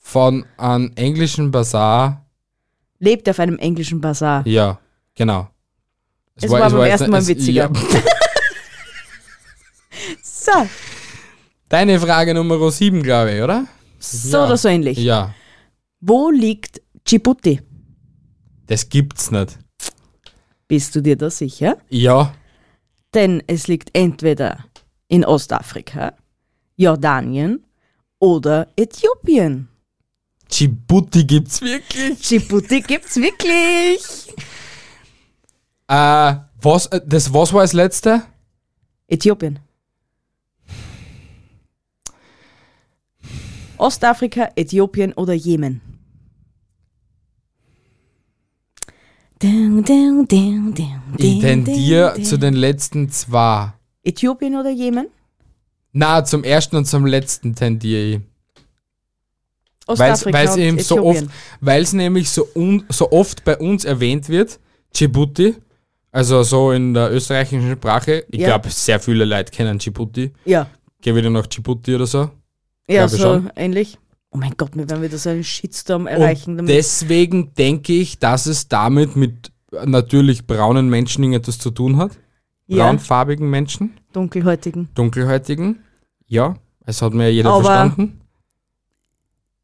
[SPEAKER 6] Von an englischen Bazar.
[SPEAKER 7] Lebte auf einem englischen Bazar.
[SPEAKER 6] Ja, genau.
[SPEAKER 7] Es war beim
[SPEAKER 6] jetzt-
[SPEAKER 7] ersten Mal
[SPEAKER 6] es-
[SPEAKER 7] witziger.
[SPEAKER 6] ja.
[SPEAKER 7] So,
[SPEAKER 6] Deine Frage Nummer 7, glaube ich, oder?
[SPEAKER 7] so
[SPEAKER 6] Ja.
[SPEAKER 7] oder so ähnlich.
[SPEAKER 6] Ja,
[SPEAKER 7] Wo liegt Djibouti?
[SPEAKER 6] das gibt's nicht.
[SPEAKER 7] Bist du dir da sicher?
[SPEAKER 6] Ja,
[SPEAKER 7] Denn es liegt entweder in Ostafrika, Jordanien oder Äthiopien.
[SPEAKER 6] Djibouti gibt's wirklich.
[SPEAKER 7] Djibouti gibt's wirklich.
[SPEAKER 6] Äh, was, äh, das, was war das letzte?
[SPEAKER 7] Äthiopien. Ostafrika, Äthiopien oder Jemen. Dun, dun, dun, dun,
[SPEAKER 6] Ich
[SPEAKER 7] dun,
[SPEAKER 6] tendiere
[SPEAKER 7] dun,
[SPEAKER 6] zu
[SPEAKER 7] dun.
[SPEAKER 6] den letzten zwei.
[SPEAKER 7] Äthiopien oder Jemen?
[SPEAKER 6] Na, zum ersten und zum letzten tendiere ich.
[SPEAKER 7] Ostafrika
[SPEAKER 6] Weil es
[SPEAKER 7] und
[SPEAKER 6] eben so oft,
[SPEAKER 7] Äthiopien.
[SPEAKER 6] weil es nämlich so, un, so oft bei uns erwähnt wird, Djibouti, also so in der österreichischen Sprache. Ich
[SPEAKER 7] Ja.
[SPEAKER 6] glaube, sehr viele Leute kennen Djibouti.
[SPEAKER 7] Ja,
[SPEAKER 6] Geh wieder nach Djibouti oder so.
[SPEAKER 7] ja
[SPEAKER 6] Glaube
[SPEAKER 7] so
[SPEAKER 6] schon.
[SPEAKER 7] ähnlich. Oh mein Gott, wir werden wieder so einen Shitstorm erreichen.
[SPEAKER 6] Und
[SPEAKER 7] damit-
[SPEAKER 6] deswegen denke ich, dass es damit mit natürlich braunen Menschen irgendetwas zu tun hat.
[SPEAKER 7] ja,
[SPEAKER 6] Braunfarbigen Menschen,
[SPEAKER 7] dunkelhäutigen.
[SPEAKER 6] dunkelhäutigen. Ja, es hat mir ja jeder
[SPEAKER 7] Aber-
[SPEAKER 6] verstanden.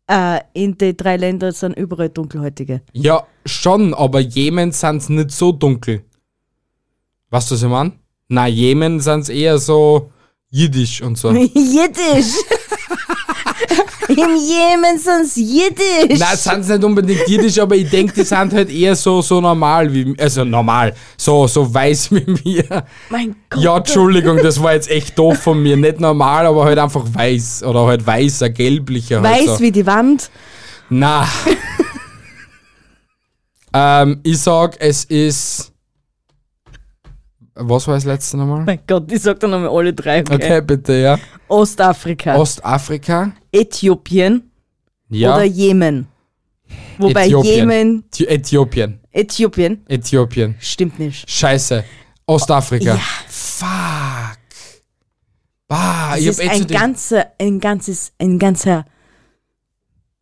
[SPEAKER 7] Äh, in den drei Ländern sind überall dunkelhäutige.
[SPEAKER 6] Ja, schon, aber Jemen sind nicht so dunkel. Weißt du, was ich meine? Na, Jemen sind eher so jiddisch und so.
[SPEAKER 7] Jiddisch! Im Jemen sind es Jiddisch!
[SPEAKER 6] Nein, sind nicht unbedingt jiddisch, aber ich denke, die sind halt eher so, so normal wie, also normal, so, so weiß wie wir.
[SPEAKER 7] mein Gott!
[SPEAKER 6] Ja, Entschuldigung, das war jetzt echt doof von mir. Nicht normal, aber halt einfach weiß. Oder halt weißer, gelblicher.
[SPEAKER 7] Weiß
[SPEAKER 6] halt so.
[SPEAKER 7] wie die Wand.
[SPEAKER 6] Na. ähm, ich sag, es ist. Was war das letzte nochmal?
[SPEAKER 7] Mein Gott, ich sag dann nochmal alle drei. Okay.
[SPEAKER 6] Okay, bitte, ja.
[SPEAKER 7] Ostafrika,
[SPEAKER 6] Ostafrika.
[SPEAKER 7] Äthiopien
[SPEAKER 6] Ja.
[SPEAKER 7] oder Jemen. Wobei
[SPEAKER 6] Äthiopien.
[SPEAKER 7] Jemen,
[SPEAKER 6] Thi- Äthiopien.
[SPEAKER 7] Äthiopien,
[SPEAKER 6] Äthiopien.
[SPEAKER 7] stimmt nicht.
[SPEAKER 6] Scheiße. Ostafrika.
[SPEAKER 7] Ja.
[SPEAKER 6] Fuck. Bah, ich
[SPEAKER 7] Es
[SPEAKER 6] hab
[SPEAKER 7] ist
[SPEAKER 6] eh zu
[SPEAKER 7] ein,
[SPEAKER 6] den-
[SPEAKER 7] ganzer, ein ganzes, ein ganzer,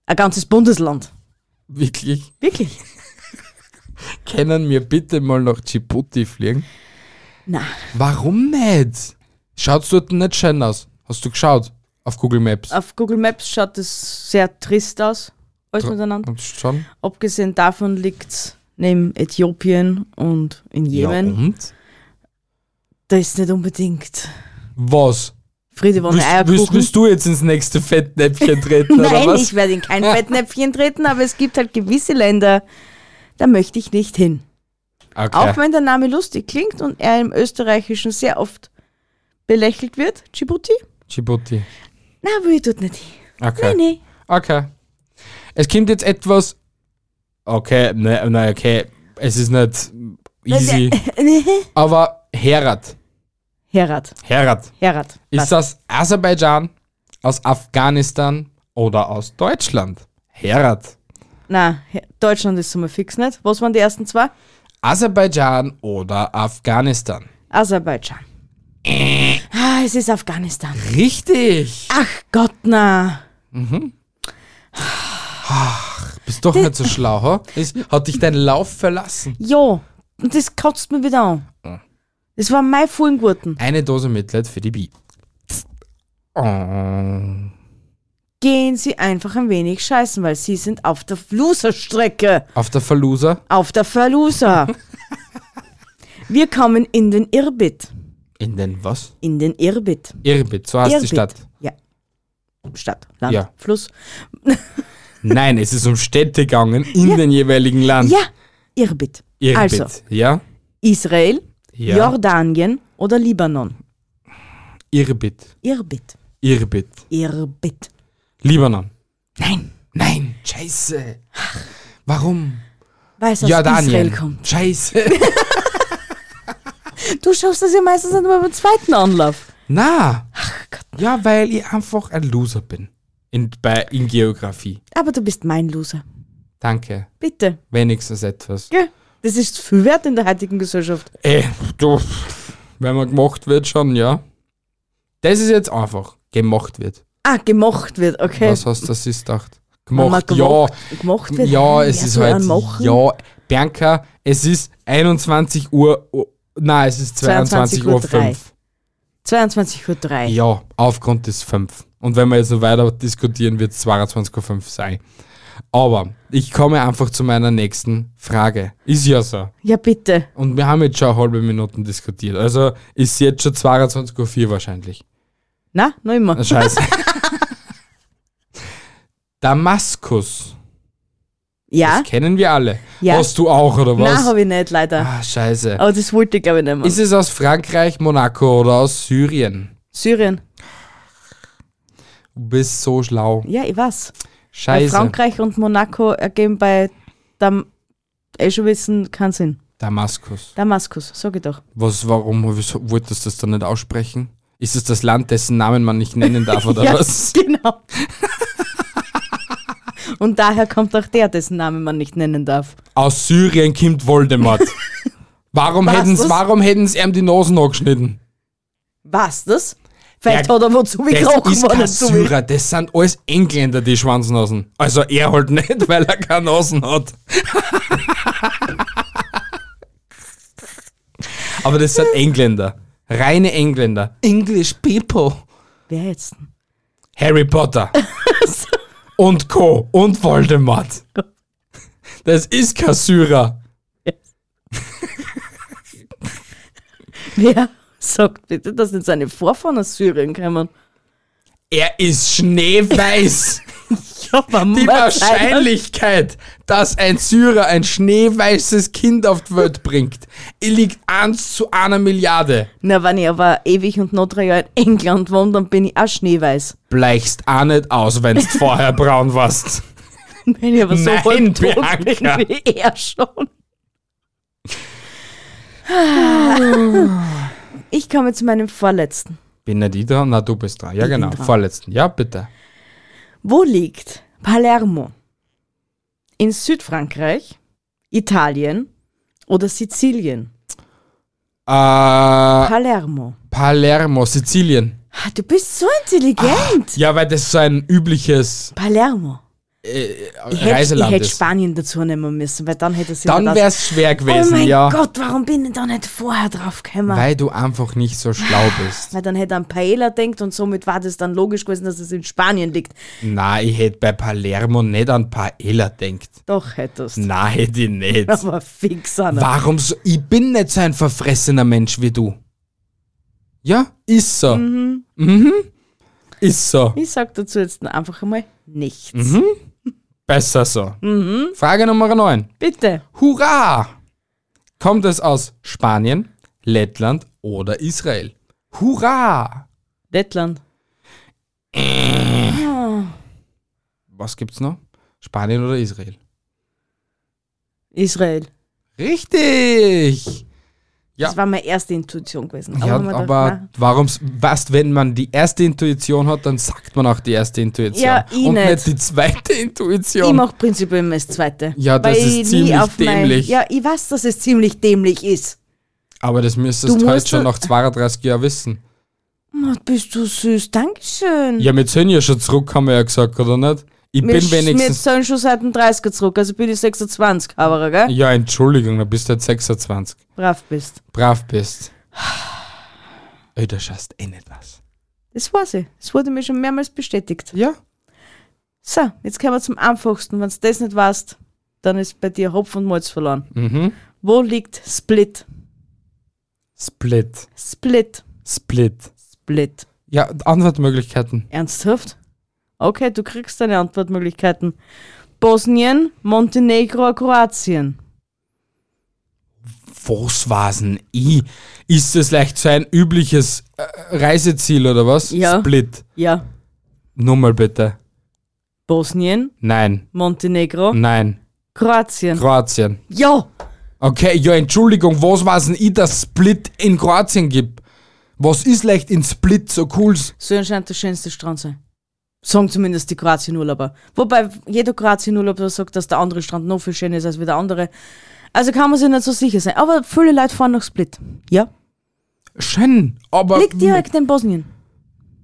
[SPEAKER 7] ein ganzes Bundesland.
[SPEAKER 6] Wirklich.
[SPEAKER 7] Wirklich?
[SPEAKER 6] Können wir bitte mal nach Djibouti fliegen?
[SPEAKER 7] Na,
[SPEAKER 6] Warum nicht? Schaut's dort nicht schön aus? Hast du geschaut? Auf Google Maps?
[SPEAKER 7] auf Google Maps schaut es sehr trist aus, alles miteinander.
[SPEAKER 6] Und schon?
[SPEAKER 7] Abgesehen davon liegt's neben Äthiopien und in
[SPEAKER 6] Ja, mhm.
[SPEAKER 7] Jemen.
[SPEAKER 6] und?
[SPEAKER 7] Da ist nicht unbedingt
[SPEAKER 6] Was?
[SPEAKER 7] Friede von
[SPEAKER 6] Willst, willst,
[SPEAKER 7] Eierkuchen.
[SPEAKER 6] willst du jetzt ins nächste Fettnäpfchen treten oder
[SPEAKER 7] Nein,
[SPEAKER 6] was?
[SPEAKER 7] ich werde in kein Fettnäpfchen treten, aber es gibt halt gewisse Länder, da möchte ich nicht hin.
[SPEAKER 6] okay.
[SPEAKER 7] Auch wenn der Name lustig klingt und er im Österreichischen sehr oft belächelt wird, Djibouti,
[SPEAKER 6] Djibouti.
[SPEAKER 7] na, will ich dort nicht hin.
[SPEAKER 6] Okay.
[SPEAKER 7] Nee,
[SPEAKER 6] Okay. Es kommt jetzt etwas. Okay, ne, ne, okay. Es ist nicht easy. Aber Herat.
[SPEAKER 7] Herat,
[SPEAKER 6] Herat.
[SPEAKER 7] Herat.
[SPEAKER 6] Ist
[SPEAKER 7] Was?
[SPEAKER 6] das Aserbaidschan, aus Afghanistan oder aus Deutschland? Herat.
[SPEAKER 7] Na, He- Deutschland ist so mal fix nicht. Was waren die ersten zwei?
[SPEAKER 6] Aserbaidschan oder Afghanistan?
[SPEAKER 7] Aserbaidschan.
[SPEAKER 6] Äh.
[SPEAKER 7] Ah, es ist Afghanistan.
[SPEAKER 6] Richtig.
[SPEAKER 7] Ach Gott, na.
[SPEAKER 6] Bist doch nicht so schlau, ha? Ist, hat dich dein Lauf verlassen.
[SPEAKER 7] Ja, und das kotzt mir wieder an.
[SPEAKER 6] Ah.
[SPEAKER 7] Das war mein Fuhlengurten.
[SPEAKER 6] Eine Dose Mitleid für die Bi. Oh.
[SPEAKER 7] gehen Sie einfach ein wenig scheißen, weil Sie sind auf der Loser-Strecke.
[SPEAKER 6] Auf der Verloser?
[SPEAKER 7] Auf der Verloser. Wir kommen in den Irbit.
[SPEAKER 6] In den was?
[SPEAKER 7] In den Irbit.
[SPEAKER 6] Irbit, so heißt die Stadt.
[SPEAKER 7] Ja. Stadt, Land,
[SPEAKER 6] Ja.
[SPEAKER 7] Fluss.
[SPEAKER 6] Nein, es ist um Städte gegangen in
[SPEAKER 7] Ja.
[SPEAKER 6] den jeweiligen Land.
[SPEAKER 7] Ja, Irbit.
[SPEAKER 6] Irbit.
[SPEAKER 7] Also,
[SPEAKER 6] Ja?
[SPEAKER 7] Israel,
[SPEAKER 6] Ja.
[SPEAKER 7] Jordanien oder Libanon.
[SPEAKER 6] Irbit.
[SPEAKER 7] Irbit.
[SPEAKER 6] Irbit.
[SPEAKER 7] Irbit.
[SPEAKER 6] Libanon.
[SPEAKER 7] Nein,
[SPEAKER 6] Nein, scheiße. Warum?
[SPEAKER 7] weil es aus Israel
[SPEAKER 6] Jordanien.
[SPEAKER 7] kommt.
[SPEAKER 6] Scheiße.
[SPEAKER 7] Du schaffst das ja meistens nicht mal beim zweiten Anlauf.
[SPEAKER 6] Na. Ja, weil ich einfach ein Loser bin. In, bei, in Geografie.
[SPEAKER 7] Aber du bist mein Loser.
[SPEAKER 6] Danke.
[SPEAKER 7] Bitte.
[SPEAKER 6] Wenigstens etwas.
[SPEAKER 7] Gell? Das ist viel wert in der heutigen Gesellschaft.
[SPEAKER 6] Ey, du, wenn man gemacht wird, schon, ja. Das ist jetzt einfach. Gemacht wird.
[SPEAKER 7] Ah, gemocht wird, okay.
[SPEAKER 6] Was hast du das ist gedacht?
[SPEAKER 7] Wenn man
[SPEAKER 6] Gemacht, ja.
[SPEAKER 7] Gemocht wird.
[SPEAKER 6] Ja,
[SPEAKER 7] wer
[SPEAKER 6] es ist
[SPEAKER 7] soll einen
[SPEAKER 6] halt.
[SPEAKER 7] Machen?
[SPEAKER 6] Ja, Bianca, es ist 21 Uhr. oh, Nein, es ist 22 Uhr 5.
[SPEAKER 7] 22.03 Uhr.
[SPEAKER 6] Ja, aufgrund des 5. Und wenn wir jetzt noch weiter diskutieren, wird es 22.05 Uhr sein. Aber ich komme einfach zu meiner nächsten Frage. Ist ja so.
[SPEAKER 7] Ja, bitte.
[SPEAKER 6] Und wir haben jetzt schon eine halbe Minuten diskutiert. Also ist jetzt schon 22.04 Uhr wahrscheinlich.
[SPEAKER 7] Na, noch immer.
[SPEAKER 6] Na, Scheiße. Damaskus
[SPEAKER 7] Ja?
[SPEAKER 6] Das kennen wir alle.
[SPEAKER 7] Ja.
[SPEAKER 6] Hast du auch, oder was?
[SPEAKER 7] Nein, habe ich nicht, leider.
[SPEAKER 6] ah, scheiße.
[SPEAKER 7] Aber das wollte ich, glaube ich, nicht mehr.
[SPEAKER 6] Ist es aus Frankreich, Monaco oder aus Syrien?
[SPEAKER 7] Syrien.
[SPEAKER 6] Du bist so schlau.
[SPEAKER 7] Ja, ich weiß. Weil
[SPEAKER 6] Scheiße.
[SPEAKER 7] Frankreich und Monaco ergeben bei Dam eh schon wissen keinen Sinn.
[SPEAKER 6] Damaskus.
[SPEAKER 7] Damaskus, sag ich doch.
[SPEAKER 6] Was, warum wieso wolltest du das dann nicht aussprechen? Ist es das Land, dessen Namen man nicht nennen darf, oder
[SPEAKER 7] ja,
[SPEAKER 6] was?
[SPEAKER 7] genau. und daher kommt auch der, dessen Namen man nicht nennen darf.
[SPEAKER 6] Aus Syrien kommt Voldemort. warum
[SPEAKER 7] Was,
[SPEAKER 6] hätten's,
[SPEAKER 7] was?
[SPEAKER 6] warum hätten's ihm die Nasen angeschnitten?
[SPEAKER 7] Was das? Vielleicht
[SPEAKER 6] Der-
[SPEAKER 7] hat er wozu gekrochen,
[SPEAKER 6] Das ist
[SPEAKER 7] wenn
[SPEAKER 6] kein
[SPEAKER 7] er zu will.
[SPEAKER 6] Syrer, das sind alles Engländer, die Schwanznasen. Also er halt nicht, weil er keine Nasen hat. Aber das sind Engländer. Reine Engländer. English people.
[SPEAKER 7] Wer jetzt?
[SPEAKER 6] Harry Potter. und Co. Und Voldemort. Das ist kein Syrer.
[SPEAKER 7] Wer sagt bitte, dass nicht seine Vorfahren aus Syrien kommen?
[SPEAKER 6] Er ist schneeweiß.
[SPEAKER 7] Ja, man
[SPEAKER 6] Die
[SPEAKER 7] muss einer-
[SPEAKER 6] Wahrscheinlichkeit, dass ein Syrer ein schneeweißes Kind auf die Welt bringt, liegt 1 zu einer Milliarde.
[SPEAKER 7] Na, wenn ich aber ewig und noch drei Jahre in England wohne, dann bin ich auch schneeweiß.
[SPEAKER 6] Bleichst auch nicht aus, wenn du vorher braun warst.
[SPEAKER 7] Wenn ich aber so
[SPEAKER 6] Nein,
[SPEAKER 7] halb tot
[SPEAKER 6] Bianca.
[SPEAKER 7] bin wie er schon. Ich komme zu meinem vorletzten.
[SPEAKER 6] Bin nicht ich dran? Na, du bist dran. Ja, genau. Vorletzten. Ja, bitte.
[SPEAKER 7] Wo liegt Palermo? In Südfrankreich, Italien oder Sizilien?
[SPEAKER 6] Äh,
[SPEAKER 7] Palermo.
[SPEAKER 6] Palermo, Sizilien.
[SPEAKER 7] Ah, Du bist so intelligent.
[SPEAKER 6] Ja, weil das so ein übliches
[SPEAKER 7] Palermo. Ich hätte, ich
[SPEAKER 6] Ah. Äh, Reiseland
[SPEAKER 7] hätte
[SPEAKER 6] ist.
[SPEAKER 7] Spanien dazu nehmen müssen, weil dann hätte es
[SPEAKER 6] Dann
[SPEAKER 7] immer das-
[SPEAKER 6] wäre es schwer
[SPEAKER 7] Oh
[SPEAKER 6] gewesen,
[SPEAKER 7] mein
[SPEAKER 6] ja.
[SPEAKER 7] Gott, warum bin ich da nicht vorher drauf gekommen?
[SPEAKER 6] Weil du einfach nicht so schlau
[SPEAKER 7] Ah,
[SPEAKER 6] bist.
[SPEAKER 7] Weil dann hätte er an Paella denkt und somit war das dann logisch gewesen, dass es in Spanien liegt.
[SPEAKER 6] Na, ich hätte bei Palermo nicht an Paella denkt.
[SPEAKER 7] Doch hättest.
[SPEAKER 6] Na, hätte ich nicht.
[SPEAKER 7] Aber fix an.
[SPEAKER 6] Warum so? Ich bin nicht so ein verfressener Mensch wie du. Ja, ist so. Mhm. Ist so.
[SPEAKER 7] Ich sag dazu jetzt einfach einmal nichts.
[SPEAKER 6] Mhm. Besser so. Frage Nummer 9.
[SPEAKER 7] Bitte.
[SPEAKER 6] Hurra! Kommt es aus Spanien, Lettland oder Israel? Hurra!
[SPEAKER 7] Lettland.
[SPEAKER 6] Was gibt's noch? Spanien oder Israel?
[SPEAKER 7] Israel.
[SPEAKER 6] Richtig! Ja.
[SPEAKER 7] Das war meine erste Intuition gewesen.
[SPEAKER 6] Ja,
[SPEAKER 7] man
[SPEAKER 6] aber,
[SPEAKER 7] dachte, na,
[SPEAKER 6] warum, was, wenn man die erste Intuition hat, dann sagt man auch die erste Intuition.
[SPEAKER 7] Ja, ich
[SPEAKER 6] und
[SPEAKER 7] nicht.
[SPEAKER 6] nicht die zweite
[SPEAKER 7] ich
[SPEAKER 6] Intuition.
[SPEAKER 7] mache prinzipiell immer das zweite.
[SPEAKER 6] Ja,
[SPEAKER 7] Weil
[SPEAKER 6] das ist
[SPEAKER 7] ich nie
[SPEAKER 6] ziemlich
[SPEAKER 7] auf mein-
[SPEAKER 6] dämlich.
[SPEAKER 7] ja, ich weiß, dass es ziemlich dämlich ist.
[SPEAKER 6] Aber das
[SPEAKER 7] Du
[SPEAKER 6] müsstest du
[SPEAKER 7] musst
[SPEAKER 6] heute schon
[SPEAKER 7] so-
[SPEAKER 6] nach 32 Jahren wissen.
[SPEAKER 7] Oh, bist du süß, Dankeschön.
[SPEAKER 6] Ja, wir sind ja schon zurück, haben wir ja gesagt, oder nicht? Ich
[SPEAKER 7] wir,
[SPEAKER 6] bin
[SPEAKER 7] Mhm. sch- wir
[SPEAKER 6] wenigstens.
[SPEAKER 7] sind schon seit dem 30er zurück, also bin ich 26, aber gell?
[SPEAKER 6] Ja, Entschuldigung, du bist jetzt 26.
[SPEAKER 7] Brav bist.
[SPEAKER 6] Brav bist. Ey, du schaust eh nicht was.
[SPEAKER 7] Das war sie. Das wurde mir schon mehrmals bestätigt.
[SPEAKER 6] Ja?
[SPEAKER 7] So, jetzt kommen wir zum einfachsten. Wenn du das nicht weißt, dann ist bei dir Hopf und Malz verloren.
[SPEAKER 6] Mhm.
[SPEAKER 7] Wo liegt Split?
[SPEAKER 6] Split.
[SPEAKER 7] Split.
[SPEAKER 6] Split.
[SPEAKER 7] Split.
[SPEAKER 6] Ja, Antwortmöglichkeiten.
[SPEAKER 7] Ernsthaft? Okay, du kriegst deine Antwortmöglichkeiten. Bosnien, Montenegro, Kroatien.
[SPEAKER 6] Was war's denn? I? Ist das leicht so ein übliches äh, Reiseziel oder was?
[SPEAKER 7] Ja.
[SPEAKER 6] Split.
[SPEAKER 7] Ja.
[SPEAKER 6] Nochmal bitte.
[SPEAKER 7] Bosnien,
[SPEAKER 6] Nein.
[SPEAKER 7] Montenegro,
[SPEAKER 6] Nein.
[SPEAKER 7] Kroatien.
[SPEAKER 6] Kroatien.
[SPEAKER 7] Ja.
[SPEAKER 6] Okay, ja, Entschuldigung, was war's denn ich, dass Split in Kroatien gibt? Was ist leicht in Split so cool?
[SPEAKER 7] Soll anscheinend der schönste Strand sein. Sagen zumindest die Kroatien-Urlauber. Wobei jeder Kroatien-Urlauber sagt, dass der andere Strand noch viel schöner ist als wie der andere. Also kann man sich nicht so sicher sein. Aber viele Leute fahren nach Split. Ja.
[SPEAKER 6] Schön, aber
[SPEAKER 7] Liegt direkt in Bosnien.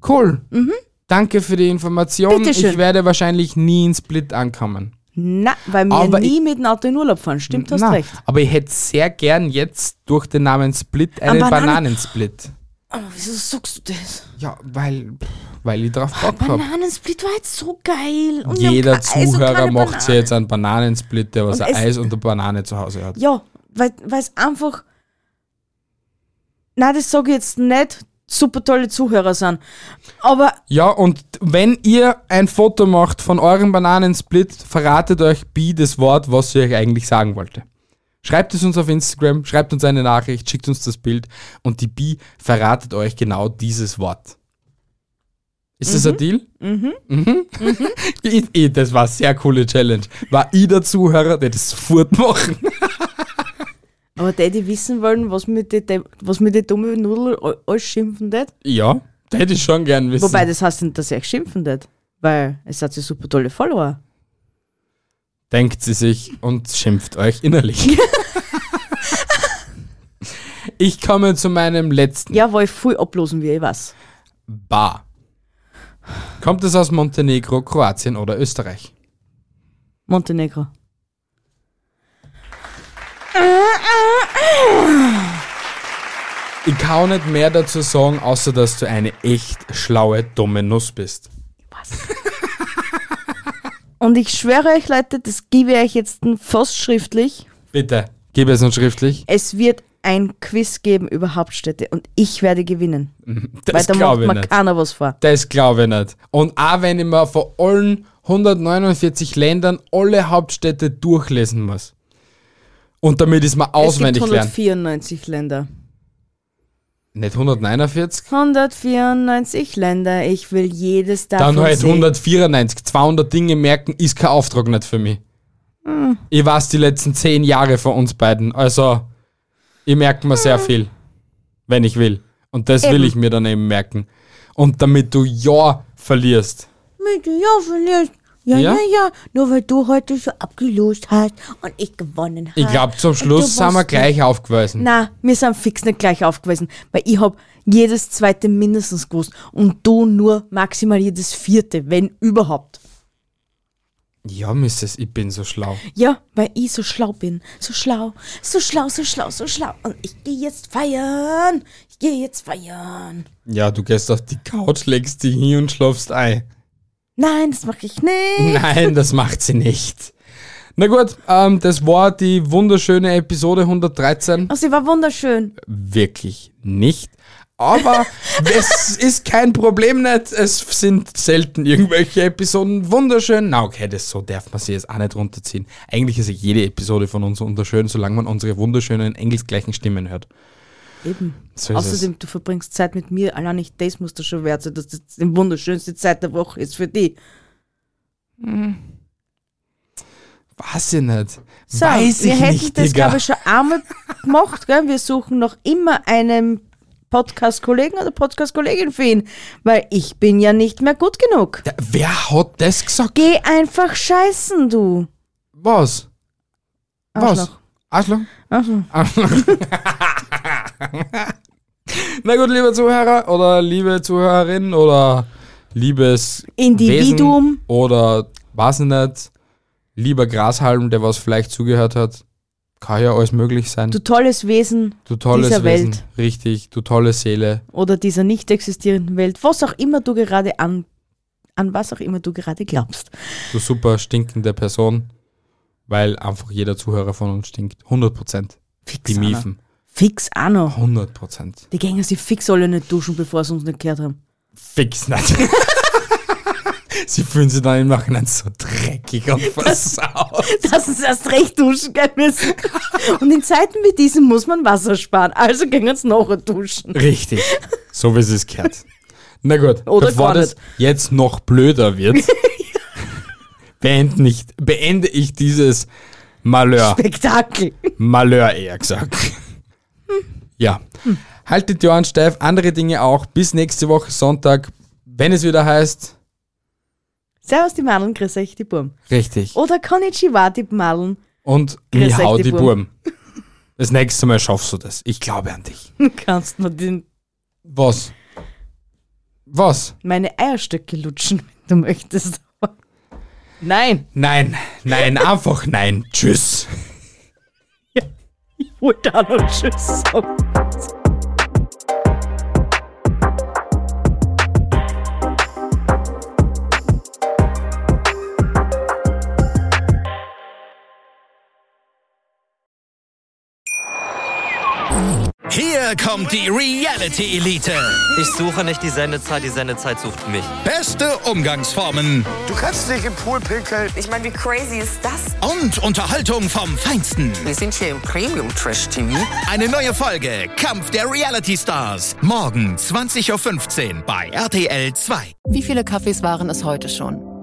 [SPEAKER 6] cool. Danke für die Information.
[SPEAKER 7] Bitteschön.
[SPEAKER 6] Ich werde wahrscheinlich nie in Split ankommen.
[SPEAKER 7] Na, weil wir
[SPEAKER 6] Aber
[SPEAKER 7] nie mit dem Auto in Urlaub fahren. Stimmt, hast
[SPEAKER 6] Na,
[SPEAKER 7] recht.
[SPEAKER 6] Aber ich hätte sehr gern jetzt durch den Namen Split einen
[SPEAKER 7] Bananen-
[SPEAKER 6] Bananensplit.
[SPEAKER 7] Aber Oh, wieso sagst du das?
[SPEAKER 6] Ja, weil, pff, weil ich drauf Bock habe.
[SPEAKER 7] Bananensplit war jetzt so geil. Und wir
[SPEAKER 6] Jeder
[SPEAKER 7] haben kein Eis und
[SPEAKER 6] Zuhörer
[SPEAKER 7] keine
[SPEAKER 6] macht sich
[SPEAKER 7] Bananen.
[SPEAKER 6] jetzt einen Bananensplit, der was
[SPEAKER 7] Und
[SPEAKER 6] ein
[SPEAKER 7] es-
[SPEAKER 6] Eis und eine Banane zu Hause hat.
[SPEAKER 7] Ja, weil es einfach. Nein, das sage ich jetzt nicht. super tolle Zuhörer sind. Aber
[SPEAKER 6] Ja, und wenn ihr ein Foto macht von eurem Bananensplit, verratet euch Bi das Wort, was ihr euch eigentlich sagen wollte. Schreibt es uns auf Instagram, schreibt uns eine Nachricht, schickt uns das Bild und die Bi verratet euch genau dieses Wort. Ist das ein Deal? Mhm. Mhm. I- i- das war eine sehr coole Challenge. War ich der Zuhörer, der das sofort machen.
[SPEAKER 7] Aber die, die wissen wollen, was mit die, Dem- was mit die dumme Nudel a- alles schimpfen tät.
[SPEAKER 6] Ja, das hätte ich schon gern wissen.
[SPEAKER 7] Wobei, das heißt nicht, dass ihr euch schimpfen tät. Weil es hat ja super tolle Follower.
[SPEAKER 6] denkt sie sich und schimpft euch innerlich. ich komme zu meinem letzten
[SPEAKER 7] Ja, weil viel ablosen wir, ich weiß.
[SPEAKER 6] Bar. Kommt es aus Montenegro, Kroatien oder Österreich?
[SPEAKER 7] Montenegro. Ah,
[SPEAKER 6] Ich kann auch nicht mehr dazu sagen, außer dass du eine echt schlaue, dumme Nuss bist.
[SPEAKER 7] Und ich schwöre euch, Leute, das gebe ich euch jetzt fast schriftlich.
[SPEAKER 6] Bitte, gib es uns schriftlich.
[SPEAKER 7] Es wird ein Quiz geben über Hauptstädte und ich werde gewinnen. Weil
[SPEAKER 6] Das
[SPEAKER 7] da macht
[SPEAKER 6] glaube ich
[SPEAKER 7] mir
[SPEAKER 6] nicht.
[SPEAKER 7] keiner was vor.
[SPEAKER 6] Das glaube ich nicht. Und auch wenn ich mir von allen 149 Ländern alle Hauptstädte durchlesen muss. Und damit ist man auswendig
[SPEAKER 7] es gibt
[SPEAKER 6] lernen.
[SPEAKER 7] 194 Länder.
[SPEAKER 6] Nicht 149?
[SPEAKER 7] 194 Länder, ich will jedes davon
[SPEAKER 6] Dann halt
[SPEAKER 7] sehen.
[SPEAKER 6] 194, 200 Dinge merken, ist kein Auftrag nicht für mich.
[SPEAKER 7] Hm.
[SPEAKER 6] Ich weiß die letzten zehn Jahre von uns beiden. Also, ich merke mir sehr viel, wenn ich will. Und das will
[SPEAKER 7] Hm. Eben.
[SPEAKER 6] ich mir dann eben merken. Und damit du ja verlierst.
[SPEAKER 5] Mit ja vielleicht. Ja,
[SPEAKER 6] Ja?
[SPEAKER 5] ja, ja, Nur weil du heute so abgelost hast und ich gewonnen habe.
[SPEAKER 6] Ich glaube, zum
[SPEAKER 5] du
[SPEAKER 6] Schluss sind wir
[SPEAKER 5] warst
[SPEAKER 6] gleich aufgewesen.
[SPEAKER 7] Na, wir sind fix nicht gleich aufgewiesen, weil ich hab jedes zweite mindestens gewusst und du nur maximal jedes vierte, wenn überhaupt.
[SPEAKER 6] Ja, Mrs., ich bin so schlau.
[SPEAKER 7] Ja, weil ich so schlau bin.
[SPEAKER 5] So schlau, so schlau, so schlau, so schlau. Und ich gehe jetzt feiern. Ich gehe jetzt feiern.
[SPEAKER 6] Ja, du gehst auf die Couch, legst dich hin und schlafst ein.
[SPEAKER 5] Nein, das mache ich nicht.
[SPEAKER 6] Nein, das macht sie nicht. Na gut, ähm, das war die wunderschöne Episode 113.
[SPEAKER 7] Also, sie war wunderschön.
[SPEAKER 6] wirklich nicht. Aber es ist kein Problem nicht. Es sind selten irgendwelche Episoden wunderschön. Na okay, das so darf man sich jetzt auch nicht runterziehen. Eigentlich ist ja jede Episode von uns wunderschön, solange man unsere wunderschönen engelsgleichen Stimmen hört.
[SPEAKER 7] Eben.
[SPEAKER 6] So ist
[SPEAKER 7] Außerdem, du verbringst Zeit mit mir. Allein nicht das musst du schon wert sein, dass das die wunderschönste Zeit der Woche ist für dich.
[SPEAKER 6] es. Weiß ich nicht.
[SPEAKER 7] So,
[SPEAKER 6] Weiß
[SPEAKER 7] wir
[SPEAKER 6] ich
[SPEAKER 7] hätten
[SPEAKER 6] nicht,
[SPEAKER 7] das,
[SPEAKER 6] Digga.
[SPEAKER 7] glaube ich, schon einmal gemacht. Gell? Wir suchen noch immer einen Podcast-Kollegen oder Podcast-Kollegin für ihn, weil ich bin ja nicht mehr gut genug.
[SPEAKER 6] Da- Wer hat das gesagt?
[SPEAKER 7] Geh einfach scheißen, du.
[SPEAKER 6] Was? Was?
[SPEAKER 7] Arschloch.
[SPEAKER 6] Arschloch? Arschloch. Na gut, liebe Zuhörer oder liebe Zuhörerin oder liebes
[SPEAKER 7] Individuum.
[SPEAKER 6] Wesen oder was nicht, lieber Grashalm, der was vielleicht zugehört hat, kann ja alles möglich sein.
[SPEAKER 7] Du
[SPEAKER 6] Du,
[SPEAKER 7] tolles Wesen
[SPEAKER 6] tolles
[SPEAKER 7] dieser
[SPEAKER 6] Wesen,
[SPEAKER 7] Welt.
[SPEAKER 6] richtig, du tolle Seele.
[SPEAKER 7] oder dieser nicht existierenden Welt, was auch immer du gerade an, an was auch immer du gerade glaubst.
[SPEAKER 6] du super stinkende Person, weil einfach jeder Zuhörer von uns stinkt. 100 Prozent. Die
[SPEAKER 7] einer.
[SPEAKER 6] Miefen.
[SPEAKER 7] Fix auch noch.
[SPEAKER 6] 100 Prozent.
[SPEAKER 7] Die gehen sich fix alle nicht duschen, bevor sie uns nicht gehört haben.
[SPEAKER 6] Fix nicht. Sie fühlen sich dann im Nachhinein so dreckig und versaut.
[SPEAKER 7] Dass uns erst recht duschen gehen müssen. Und in Zeiten wie diesen muss man Wasser sparen. Also gehen uns nachher duschen.
[SPEAKER 6] Richtig. So wie es es gehört. Na gut,
[SPEAKER 7] Oder
[SPEAKER 6] bevor
[SPEAKER 7] gar
[SPEAKER 6] das
[SPEAKER 7] nicht.
[SPEAKER 6] jetzt noch blöder wird, beende, nicht, beende ich dieses Malheur.
[SPEAKER 7] Spektakel.
[SPEAKER 6] Malheur eher gesagt. Ja.
[SPEAKER 7] Hm.
[SPEAKER 6] Haltet die Ohren steif, andere Dinge auch. Bis nächste Woche Sonntag, wenn es wieder heißt.
[SPEAKER 7] Servus die Madeln, grüß euch die Burm.
[SPEAKER 6] Richtig.
[SPEAKER 7] Oder Konnichiwa die Madeln.
[SPEAKER 6] Und
[SPEAKER 7] Grüß
[SPEAKER 6] mir
[SPEAKER 7] euch,
[SPEAKER 6] hau
[SPEAKER 7] die
[SPEAKER 6] die Burm.
[SPEAKER 7] Burm.
[SPEAKER 6] Das nächste Mal schaffst du das. Ich glaube an dich.
[SPEAKER 7] Kannst mir den,
[SPEAKER 6] Was? Was?
[SPEAKER 7] meine Eierstöcke lutschen, wenn du möchtest. Nein,
[SPEAKER 6] Nein, nein, einfach nein. Tschüss.
[SPEAKER 7] wollte auch noch Tschüss sagen.
[SPEAKER 2] Hier Hier kommt die Reality Elite.
[SPEAKER 3] Ich suche nicht die Sendezeit, die Sendezeit sucht mich.
[SPEAKER 2] Beste Umgangsformen
[SPEAKER 4] Du kannst dich im Pool pinkeln.
[SPEAKER 8] Ich meine, wie crazy ist das?
[SPEAKER 2] und Unterhaltung vom Feinsten.
[SPEAKER 4] Wir sind hier im Premium Trash TV.
[SPEAKER 2] Eine neue Folge Kampf der Reality Stars. Morgen 20.15 Uhr bei RTL 2.
[SPEAKER 9] Wie viele Kaffees waren es heute schon?